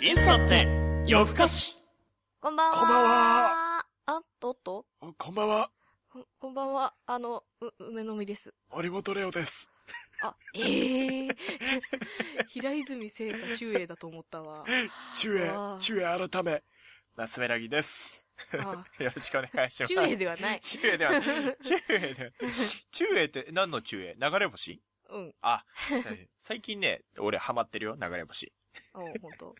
審査って夜更かしこんばんは。こんばんは。あ、とっとこんばんは、ここんばんは。あの、う、梅の実です。森本レオです。あ、ええー。 平泉聖華中英だと思ったわ。 中英あー、中英改め、ナスメラギです。あよろしくお願いします。中英ではない。中英ではない。中英ではない。中英って何の中英流れ星うん。あ、最近ね、俺ハマってるよ、流れ星。あ、ほんと。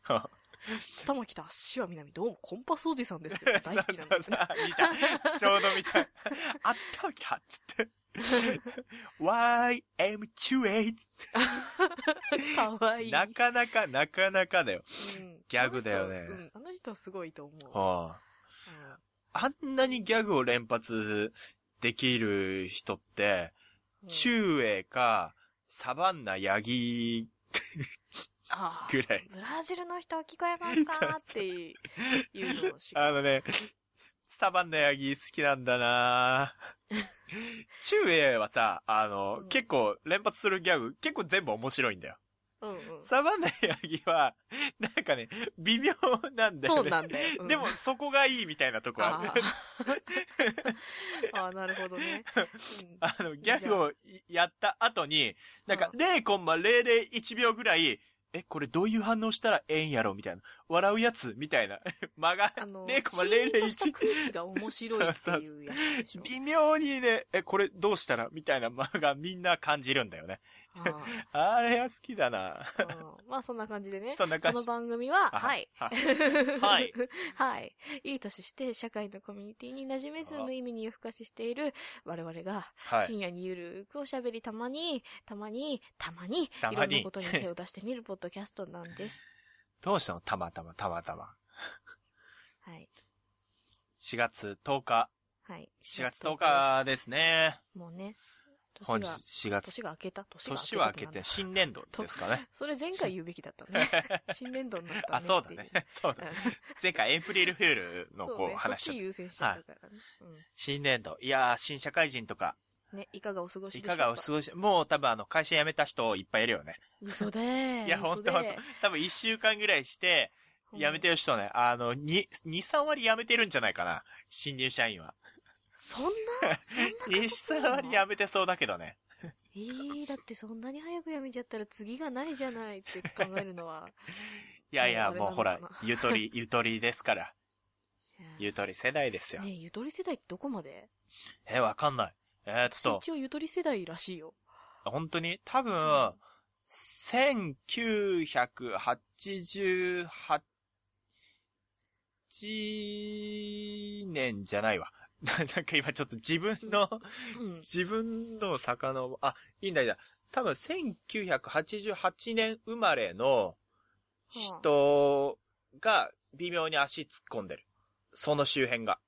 玉木と足は南、どうもコンパスおじさんですけど、大好きなんそうですそうね。そう見た。ちょうど見た。あったわきゃっつ って。YM 中英っつっかわていい。なかなか、なかなかだよ。うんギャグだよあねの人うん。あの人はすごいと思う。はああんなにギャグを連発できる人って、うん、中英か、サバンナヤギあーぐらい。ブラジルの人は聞こえますかっていうのを知るあのね、 サバンナヤギ好きなんだなぁ中英はさ、あの、うん結構連発するギャグ、結構全部面白いんだよ。うんうん。サバンナヤギは、なんかね、微妙なんだよね。そうなんだよ。うんでも、そこがいいみたいなとこある。あーあー、なるほどね。うんあの、ギャグをやった後に、なんかう0.001秒ぐらい、え、これどういう反応したらええんやろみたいな。笑うやつみたいな。間が、あの、シーンとした0.001。空気が面白いっていうやつでしょ。微妙にね、え、これどうしたらみたいな間がみんな感じるんだよね。ああれは好きだーな。あーまあそんな感じでね。そんなこ感のじ。番組は、あはい。はい はい。いい年して社会のコミュニティに馴染めず無意味に夜更かししている我々が、はい。深夜にゆるくおしゃべりたまに、たまに、たまに、いたろまんになことに手を出してみるポッドキャストなんです。どうしたのたまたま、たまたま。はい。 4月10日。はい。 4月10日ですね。もうね、本年日が、 4月。年が明けた年が明けた年は明けなんだて新年度ですかね。それ前回言うべきだったね。 新年度になったね。あ、そうだね。。そうだうねん。前回エイプリルフールのそうこねう、話しそっちちゃった。優先しちゃったからね。新年度。いやー、新社会人とか、うん。ね、いかがお過ごしでいしょかうかがお過ごし、もう多分あの、会社辞めた人いっぱいいる よね。嘘でー。いや、ほんとほんと。多分一週間ぐらいして、辞めてる。る人ね、あの、に、2、3割辞めてるんじゃないかな。新入社 員は。そんなそんな2、こと3な割の辞めてそうだけどね。えー、だってそんなに早くやめちゃったら次がないじゃないって考えるの は。いやいや、もうあれなもうのほからな、ゆとり、ゆとりですから。ねゆとり世代ですよ。え、ゆとり世代ってどこまでえ、わかんない。えーっと、そう。一応ゆとり世代らしいよ。本当に多分、1988年じゃないわ。 ななんか今ちょっと自分の、うん。自分の魚を、あ、いいんだいいんだ。多分1988年生まれの人が微妙に足突っ込んでる。その周辺が。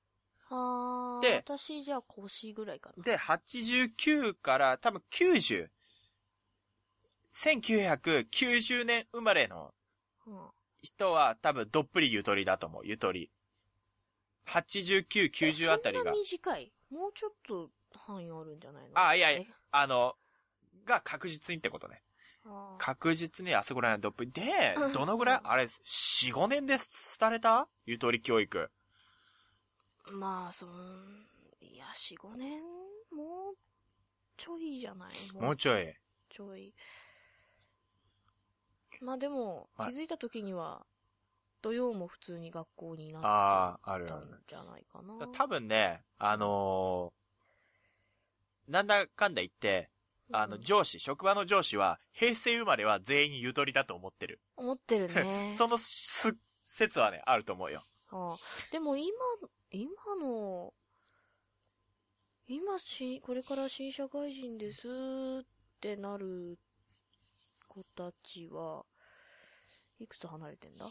はあ。で私じゃあ腰ぐらいかな。で、89から多分90。1990年生まれのうん人は多分どっぷりゆとりだと思う、ゆとり。89、90あたりえそがんな、短い。もうちょっと範囲あるんじゃないのあいやいやえあの、が確実にってことね。あー確実にあそこら辺はどっぷり。でうん、どのぐらういんあれ、4、5年で廃れたゆとり教育。まあ、その、いや、4、5年もうちょいじゃないももううちょい。ちょい。まあでも、気はいづいた時には、土曜も普通に学校になあっあ、あてるたある。んじゃないかな。多分ね、あのーなんだかんだ言って、あの、うん上司、職場の上司は、平成生まれは全員ゆとりだと思ってる。思ってる ね。そのす、説はね、あると思うよ。ああでも今、今の、今し、これから新社会人ですってなる子たちは、いくつ離れてんだ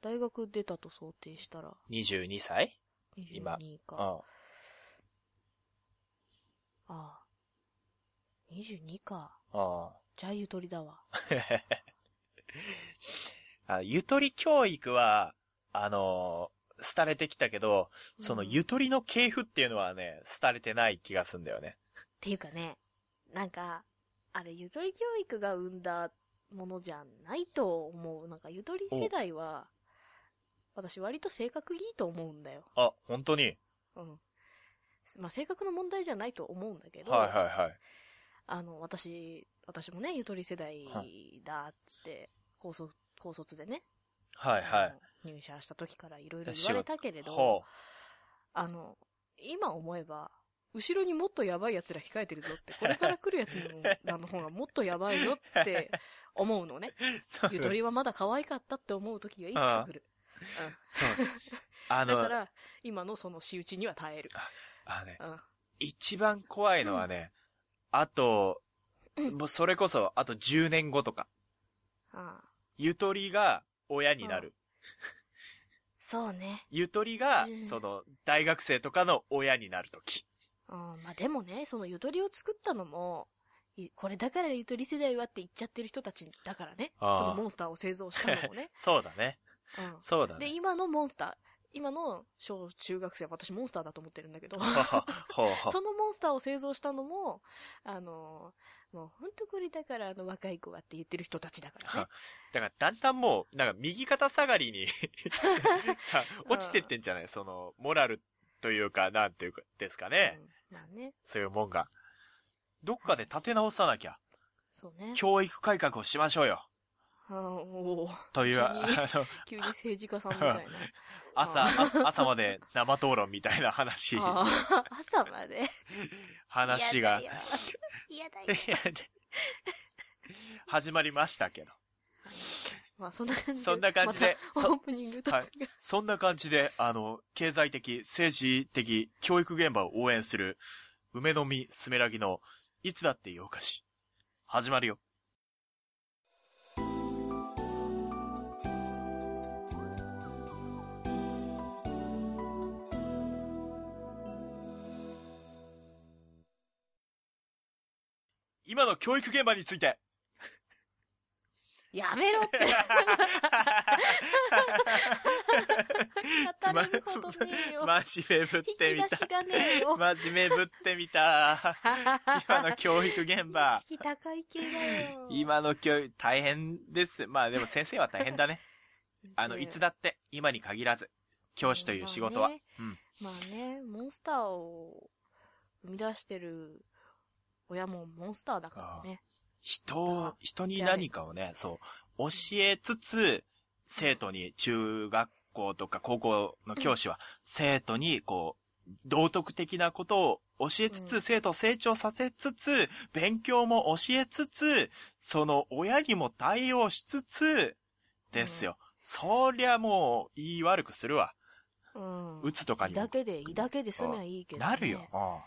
大学出たと想定したら、 22歳今22うか。ん。あああ。22か。あ。じゃあゆとりだわ。あゆとり教育は、あのー廃れてきたけど、そのうんゆとりの系譜っていうのはね、廃れてない気がすんだよね。っていうかね、なんか、あれ、ゆとり教育が生んだものじゃないと思う。なんかゆとり世代は、私割と性格いいと思うんだよ。あ、本当に。うん。まあ、性格の問題じゃないと思うんだけど、はいはいはい。あの、私、私もね、ゆとり世代だっつって、高卒、高卒でね、はいはあの入社した時からいろいろ仕言事われたけれい。どほ、あの、今思えば、後ろにもっとやばい奴ら控えてるぞって、これから来る奴のらの方がもっとやばいよって思うの ね。う。 そうゆとりはまだ可愛かったって思う時はいつか来る。そう。あだかの、ら、今のその仕打ちには耐える。あのね、うん。一番怖いのはね、あと、うんもうそれこそ、あと10年後とか、ああゆとりが親になる。そうね。ゆとりがうん、その、大学生とかの親になるとき。うん、まあでもね、そのゆとりを作ったのも、いこれだからゆとり世代はって言っちゃってる人たちだからね。そああ。のモンスターを製造したのもね そうだね。そううだん。で、ね。今のモンスター、今の小中学生は私モンスターだと思ってるんだ けど、ほうほうほうそのモンスターを製造したのも、あのーもうほんとこれだからあの若い子がって言ってる人たちだからね。だから、だんだんもう、なんか、右肩下が りにさ、うん落ちてってんじゃないその、モラルというか、なんていうか、ですかね。うん、まあね。そういうもんが。どっかで立て直さなきゃ。そうね。教育改革をしましょうよ。あのおーという、あ急にの、急に政治家さんみ たいな。朝、あ 朝まで生討論みたいな話、ああ、朝まで。話が嫌だ、 よ。嫌だよ。始まりましたけど。まあそんな感じで。そんな感じでまたそオープニングとかが、はいそんな感じで、あの、経済的、政治的、教育現場を応援する、梅の実すめらぎの、いつだってよかし。始まるよ。今の教育現場について。やめろ って語れることねえよ。 真面目ぶっ引きてみ出たし。がねえ よ。真面目ぶってみた。今の教育現場意。識高い系だよ。今の教育、大変です。まあでも先生は大変だね。あの、いつだだって、今に限らず、教師という仕事は。うん。まあね、モンスターを生み出してる親もモンスターだからね。人を、人に何かをね、そう、教えつつ、生徒に、中学校とか高校の教師は、生徒に、こう、道徳的なことを教えつうつ、ん生徒を成長させつつ、勉強も教えつつ、その親にも対応しつつ、ですよ。そりゃもう、言い悪くするわ。うん。打つとかいいにもだけで、いいだけで済みゃいいけど、ね。なるよ。うん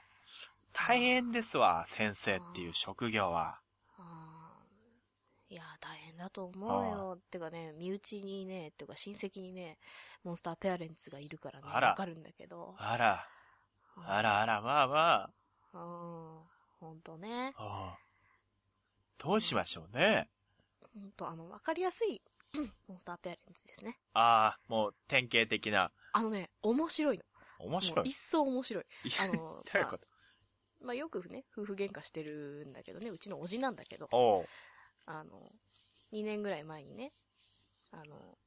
大変ですわ、先生っていう職業は。あーいや、大変だと思うよ。てかね、身内にね、てか親戚にね、モンスターペアレンツがいるからね、あらわかるんだけど。あら、あらあら、まあまうん。ほんとね。あ。うんどうしましょうね。ほんと、あの、わかりやすい、 モンスターペアレンツですね。ああ、もう典型的な。あのね、面白いの。面も白うい。一層面白い。あど の、ういうことまあ、まあよくね、夫婦喧嘩してるんだけどね、うちのおじなんだけど、おう。あの、2年ぐらい前にね、あの、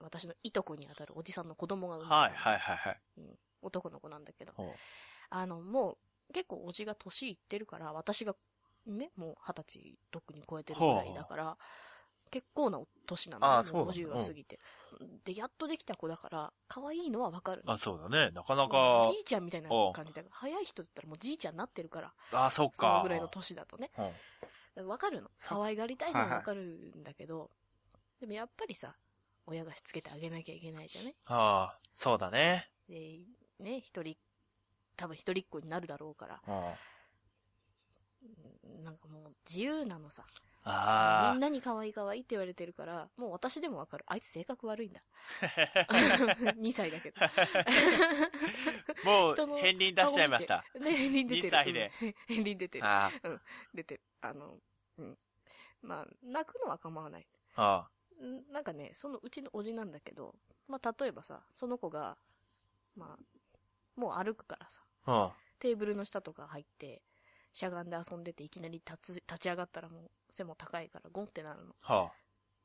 私のいとこにあたるおじさんの子供が生まはれいたのはいはいはい。男の子なんだけど、おうあの、もう、結構おじが年いってるから、私が、ね、もう二十歳とっくに超えてるぐらいだから、結構な年なの、ああもそうなんだ50は過ぎて。で、やっとできた子だから、可愛いのはわかるの。あ、そうだね。なかなかじ、いちゃんみたいな感じだから、早い人だったらもうじいちゃんになってるから、あそっそのかぐ。らいの年だとね。うんだからわかるの。そう可愛がりたいのはわかるんだけど、でもやっぱりさ、親がしつけてあげなきゃいけないじゃね。ああ、そうだね。で、ね、一人、多分一人っ子になるだろうから、うんあうんなんかもう自由なのさ。みあん。なに可愛い可愛いって言われてるから、もう私でもわかる。あいつ性格悪い んだ。2歳だけ ど。もう人の、片鱗出しちゃいました。ね、片鱗出てる。 2歳でうん。片鱗出てる。あ出てる。あの、うん。まあ、泣くのは構わない。あ。あんなんかね、そのうちのおじなんだけど、まあ、例えばさ、その子が、まあ、もう歩くからさ、あ。うん。テーブルの下とか入って、しゃがんで遊んでていきなり立つ、立ち上がったらもう背も高いからゴンってなるは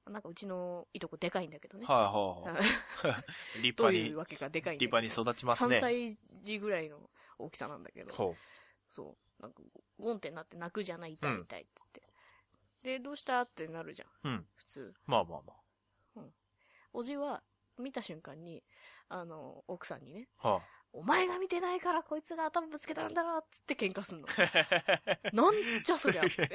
の。なんかうちのいとこでかいんだけどね。あ、はいはいはい。立 ど派うにいう、わけかでかいんだけ立ど派に育ちます3ね。歳児ぐらいの大きさなんだけど。ほそう。なんか、ゴンってなって泣くじゃない、痛い痛いっつって。で、どうしたってなるじゃん、う。うん。普通。まあまあまおじは、見た瞬間に、あの、奥さんにね、あ。はお前が見てないからこいつが頭ぶつけたんだろっつって喧嘩 すんの。あ。 なんじゃそりゃって。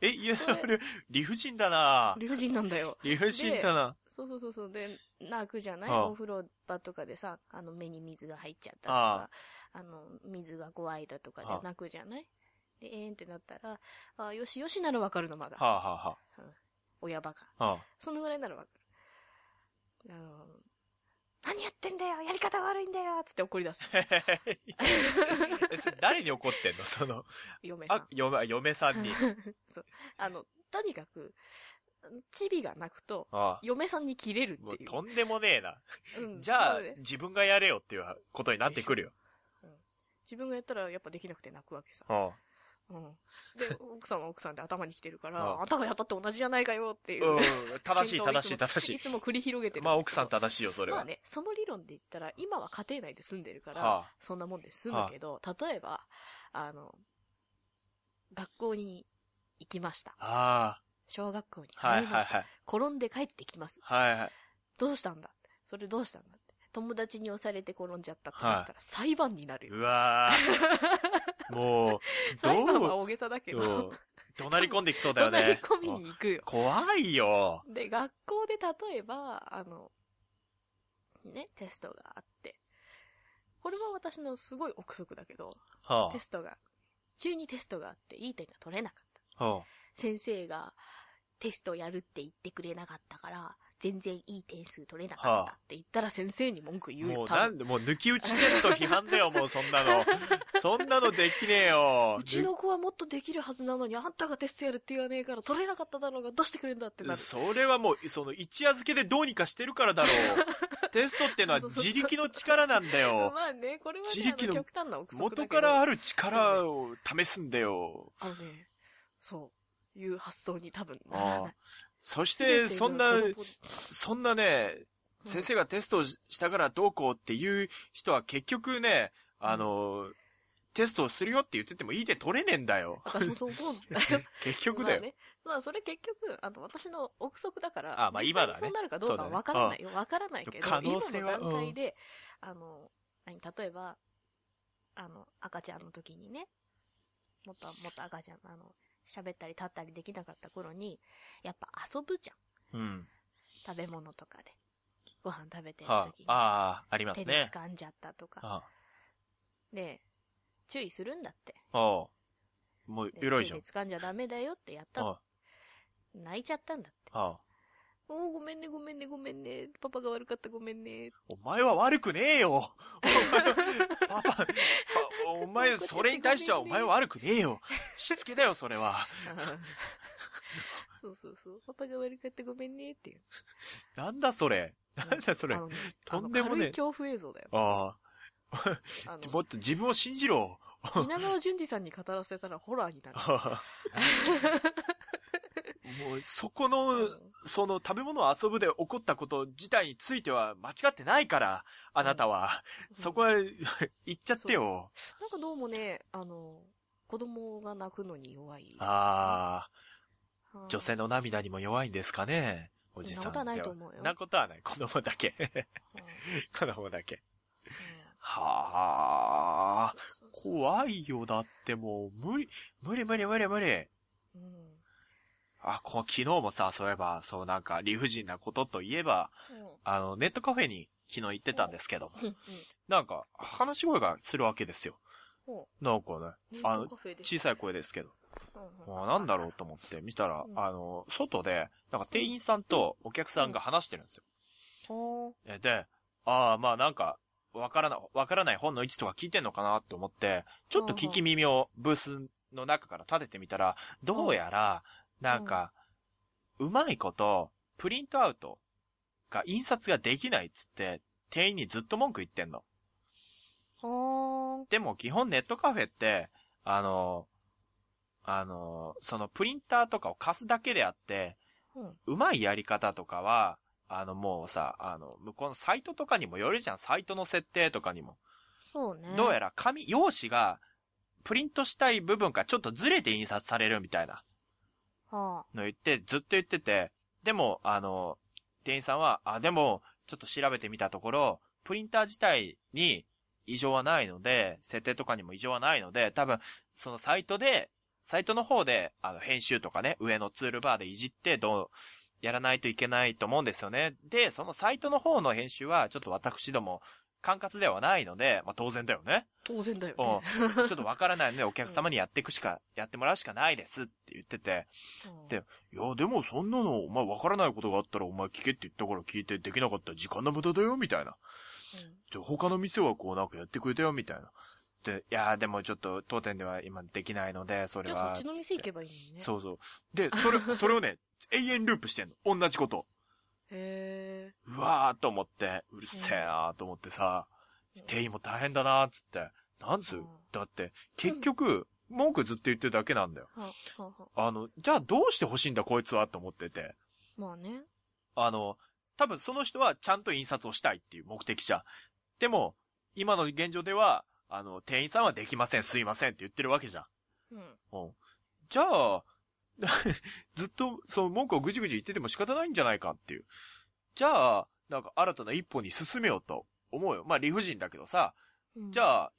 え、いや、そそれれ、理不尽だな 理不尽なんだよ。理不尽だなそうそうそうそう。で、泣くじゃないああお風呂場とかでさ、あの、目に水が入っちゃったとか、あの、水が怖いだとかでああ泣くじゃないで、えーんってなったら、ああよしよしならわかるの、まだ。はあはあは親バカ。あ。はあそのぐらいならわかる。あの、何やってんだよやり方が悪いんだよつって怒り出す。 えそれ誰に怒ってんの その、嫁さんあ。、嫁、嫁さんに。あの、とにかく、チビが泣くと、あ嫁さんに切れるあっもうていう。とんでもねえな。うんじゃそあうね、自分がやれよっていうことになってくるよ。自分がやったらやっぱできなくて泣くわけさ。うん。うん。で、奥さんは奥さんで頭に来てるから、ああんたがやったって同じじゃないかよっていう。うん、正しい、検討を正つもしい、正しいつも繰り広げてい。る。まあ、奥さん正しいよ、それまあは。ね、その理論で言ったら、今は家庭内で住んでるから、はあそんなもんで済むけど、例えば、あの、学校に行きました。あ小学校にあ、は入りいはまいした。はい。転んで帰ってきます。はいはい。どうしたんだそれどうしたんだって。友達に押されて転んじゃったってなったら、裁判になるよ。うわ ーもう、裁判はどう、大げさだけうんど、怒鳴り込んできそうだよ怒鳴りね。込みに行くよ。怖いよ。で、学校で例えば、あの、ね、テストがあって、これは私のすごい憶測だけど、はテストが、急にテストがあっていい点が取れなかった。あ、は先生がテストやるって言ってくれなかったから、全然いい点数取れなかったって言ったら先生に文句あ、言うもよ、う多なん分で、もう抜き打ちテスト批判だよ、もうそんな の。そんなのできねえよ。うちの子はもっとできるはずなのに、あんたがテストやるって言わねえから取れなかっただろうが、どうしてくれんだってなぬる。それはもう、その、一夜漬けでどうにかしてるからだろう。 テストってのは自力の力なんだ よ。まあね、これはね、自力のあの極端な憶測だけど元からある力を試すんだよ。あのね、そう、いう発想に多分ならあなあい。そして、そんな、全てが子供そんなね、うん先生がテストをしたからどうこうっていう人は結局ね、あの、テストをするよって言っててもいい点取れねえんだ よ。私もそう思うんだよ。結局だよ。まあね、まあそれ結局、あの、私の憶測だから、あまあ今だね実際にそうなるかどうかはわからないよ。わ、からないけど、可能性は今の段階で、あの、何、例えば、あの、赤ちゃんの時にね、もっと、もっと赤ちゃん、あの、喋ったり立ったりできなかった頃に、やっぱ遊ぶじゃん。うん。食べ物とかで。ご飯食べてるは時に。あ、ああ、あります手でね。掴んじゃったとか。あで、注意するんだって。あ、ああもう、でエロいじゃん手。で掴んじゃダメだよってやったのあ泣いちゃったんだって。あ、ああ。おーごめんね、ごめんね、ごめんね。パパが悪かった、ごめん ね。お前は悪くねえよ。パパ、パお前、それに対してはお前は悪くねえよ。しつけだよ、それは。そうそうそう。パパが悪かった、ごめんねっていう。なんだそれ。なんだそれ。ああのねとんでもねえあの軽い恐怖映像だよ。あ。あの、 もっと自分を信じろ。稲川淳二さんに語らせたらホラーになる。もう、そこの、その食べ物を遊ぶで起こったこと自体については間違ってないから、あなたは。そこは、 言っちゃってよ。なんかどうもね、あの、子供が泣くのに弱い。あうんあ、女性の涙にも弱いんですかね。おじさんって。そんなことはないと思うよそんなことはない。子供だけ。う んうん子供だけ。はあ、そうそうそう怖いよ。だってもう、無理、無理無理無理無理。うんあ、こう、昨日もさ、そういえば、そうなんか理不尽なことといえば、うんあの、ネットカフェに昨日行ってたんですけども、うんなんか、話し声がするわけですよ。ほなんかね、う。ネッあのトカフェで小さい声ですけど、うんうんあなんだろうと思って見たらう、んあの、外で、なんか店員さんとお客さんが話してるんですよ。ほえで、ああ、まあなんか、わからな、わからない本の位置とか聞いてんのかなって思って、ちょっと聞き耳をブースの中から立ててみたら、どうやら、なんか、うまいこと、プリントアウトが印刷ができないっつって、店員にずっと文句言ってんの。うほーん。でも基本ネットカフェって、あの、あの、そのプリンターとかを貸すだけであって、うん。うまいやり方とかは、あのもうさ、あの、向こうのサイトとかにもよるじゃん、サイトの設定とかにも。そうね。どうやら紙、用紙が、プリントしたい部分がちょっとずれて印刷されるみたいなはの言って、ずっと言ってて、でも、あの、店員さんは、あ、でも、ちょっと調べてみたところ、プリンター自体に異常はないので、設定とかにも異常はないので、多分、そのサイトで、サイトの方で、あの、編集とかね、上のツールバーでいじって、どう、やらないといけないと思うんですよね。で、そのサイトの方の編集は、ちょっと私ども、管轄ではないので、まあ当然だよね。あ。当然だよおね。ちょっとわからないので、お客様にやっていくしか、やってもらうしかないですって言ってて、うんでいや、でもそんなの、お前わからないことがあったらお前聞けって言ったから聞いてできなかったら時間の無駄だよ、みたいな。で、他の店はこうなんかやってくれたよ、みたいな。で、いや、でもちょっと当店では今できないので、そうん。れじゃあは。そっちの店行けば、ばいいのにね。う。そうそう。で、そ れ、それをね、永遠ループしてんの。同じこと。へうわーと思って、うるせえなーと思ってさ、うん店員も大変だなーっつって。なんつうんうだって、結局、文句ずっと言ってるだけなんだよ。ー。は、は、は。あの、じゃあどうしてほしいんだこいつはと思ってて。まあね。あの、多分その人はちゃんと印刷をしたいっていう目的じゃん。でも、今の現状では、あの、店員さんはできません、すいませんって言ってるわけじゃん。うん。うん。じゃあ、 ずっと、その文句をぐじぐじ言ってても仕方ないんじゃないかっていう。じゃあ、なんか新たな一歩に進めようと思うよ。まあ理不尽だけどさ、うん、じゃあ、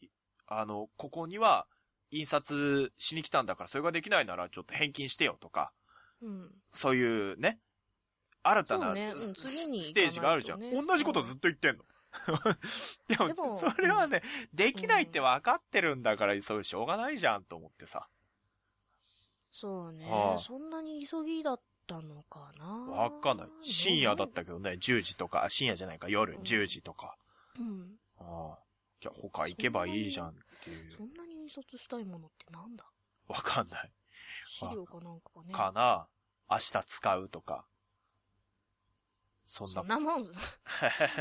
あの、ここには印刷しに来たんだからそれができないならちょっと返金してよとか、うん。そういうね、新たそなうねうんス次に行かないとねステージがあるじゃん。同じことずっと言ってんの。 でも、でもそれはね、できないって分かってるんだから、そういうしょうがないじゃんと思ってさ。そうねああ。そんなに急ぎだったのかな。わかんない。深夜だっね。たけどね、10時とか、あ深夜じゃないか、夜うん10時とか。うん。ああじゃあ他行けばいいじゃんっていうそ。んなに印刷したいものってなんだわかんない。資料かなんかがね。かな明日使うとか。そんそ。なんな もん、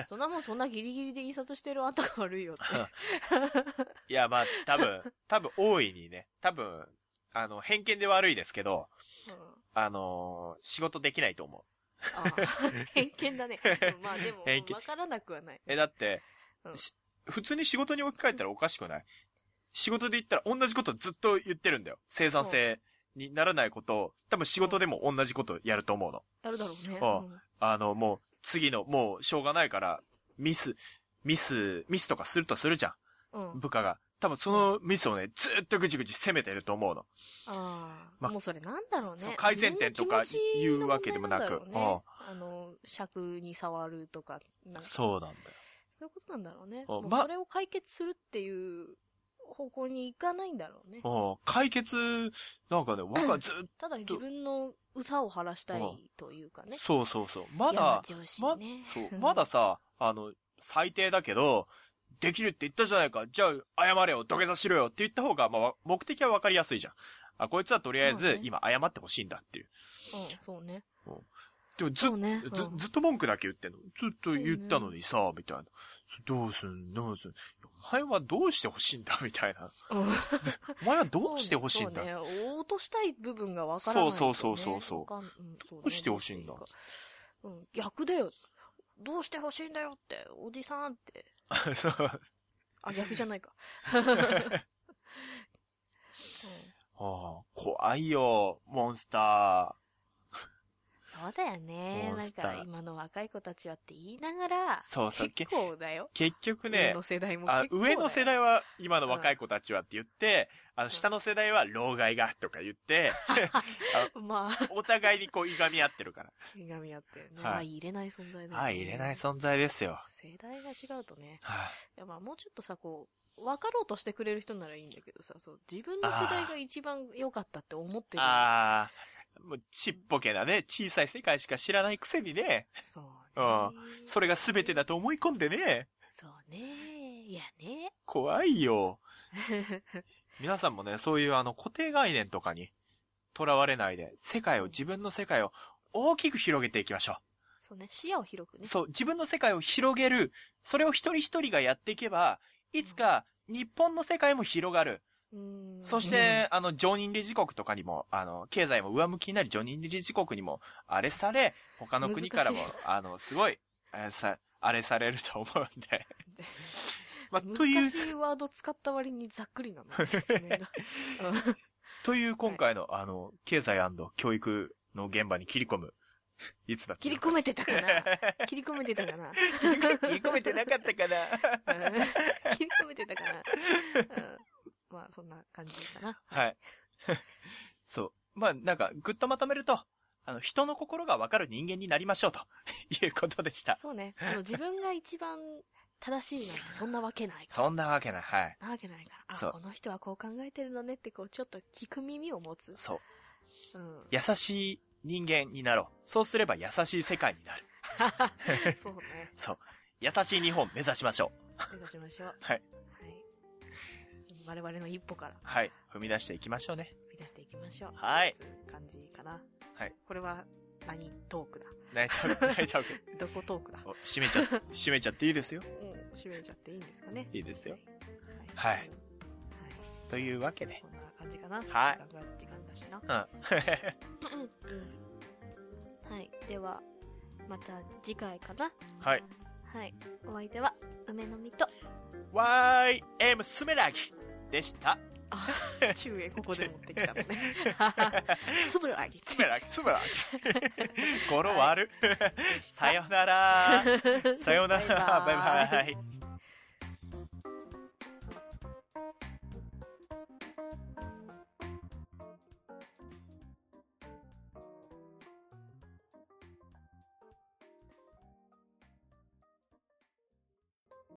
そんなもんそんなギリギリで印刷してるあんたが悪いよって。いや、まあ、多分、多分大いにね、多分、あの、偏見で悪いですけど、 うん、あのー仕事できないと思う。ああ偏見 だね。うんまあでも、偏見わからなくはない。え、だって、うんし普通に仕事に置き換えたらおかしくない仕事で言ったら同じことずっと言ってるんだよ。生産性にならないことを、多分仕事でも同じことやると思うの。やるだろうね。ああうんあの、もう、次の、もう、しょうがないから、ミス、ミス、ミスとかするとするじゃうんん。。部下が。多分そのミスをね、ずっとぐちぐち責めてると思うの。ああ、まもうそれなんだろうそうね。改善点とか自分の気持ちの言うわけでもなく問題んだろうねあの、尺に触るとか、なんかそうそうなんだよ。いうことなんだろうね。おもうまそれを解決するっていう方向に行かないんだろうね。うん解決、なんかね、わか、ずっっただ自分のうさを晴らしたいというかと、ね。そうそうそう。ま嫌なだ、上司まね、そう、ま ださ、あの、最低だけど、できるって言ったじゃないか。じゃあ、謝れよ、土下座しろよって言った方が、まあわ、目的はわかりやすいじゃん。あ、こいつはとりあえまあずね、今謝ってほしいんだっていう。うん、そうね。でもずっそうね。ずうん、ずっと文句だけ言ってんの。ずっと言ったのにさ、みたいな。どうすんどうすんお前はどうしてほしいんだ みたいな。うんお前はどうしてほしいんだ そうね、そうね落としたい部分がわからないとね、そうそうそうそうそうわかんうんそうねどうしてほしいんだなんていうかうん、逆だよ。どうしてほしいんだよって、おじさんって。そう あ、逆じゃないか。うんああ、怖いよ、モンスタそうだよね。モンなんスターか今の若い子たちはって言いながらー。、そうそう。け結構だよ。結局上ねの、世代もあ結構だよ。上の世代は今の若い子たちはって言って、あの、ん下の世代は老害がとか言って、まあ、 お互いにこう、いがみ合ってるから。いがみ合ってるね。はい相入れない存在だよね。はい、入れない存在ですよ。世代が違うとね。はいいやまあもうちょっとさ、こう、分かろうとしてくれる人ならいいんだけどさ、そう、自分の世代が一番良かったって思ってる。ああ、もう、ちっぽけなね、小さい世界しか知らないくせにね、そうね。あそれが全てだと思い込んでね、そうね。いやね。怖 いよ。皆さんもね、そういうあの、固定概念とかに、とらわれないで、世界を、自分の世界を大きく広げていきましょそうね。視野を広くう。ね。そう、自分の世界を広げる、それを一人一人がやっていけば、いつか日本の世界も広がる。うん。そして、あの、常任理事国とかにも、あの、経済も上向きになり、常任理事国にも、あれされ、他の国からも難しい、あの、すごい、あれさ、あれされると思うん で。まあ、とい難う、しいワード使った割にざっくりな の、説明が。うんという今回の、あの、経済教育の現場に切り込む。いつだった切のりか込めてたかな切り込めてたかな 切り込めてなかった かなうん切り込めてたかな、うんまあ、そんな感じかな。はい。 そう。まあ、なんか、ぐっとまとめると、あの、人の心がわかる人間になりましょうと いうことでした。そうね。あの、自分が一番正しいなんてそんなわけないかそんなわけない。はい。ら。なわけないから。そうあ、この人はこう考えてるのねって、こう、ちょっと聞く耳を持つ。そう。 うん。優しい人間になろう。そうすれば優しい世界になる。そうね。そう。優しい日本目指しましょう。目指しましょう。はい。はい。我々の一歩からはい。踏み出していきましょうね。生み出していきましょう。はい。そうう感じかな。はい。これは何トークだナイト ーク、ナイトーク。どこトークだお閉めちゃ、閉めちゃっていいですよ。うん。締めちゃっていいんですかね。いいですよ。はい。はいうんというわけで。こんな感じかな。はいはい時間が時間だしな。うん。はうんはい。では、また次回かな。い。はい。お相手は、梅の 実と、 YM スメラギでした。あ、中英ここで持ってきた のね。 つぶらぎ。スメラギ、スメ ラ ギ。語呂悪。さよなら。さよなら。バイバイバイバイ。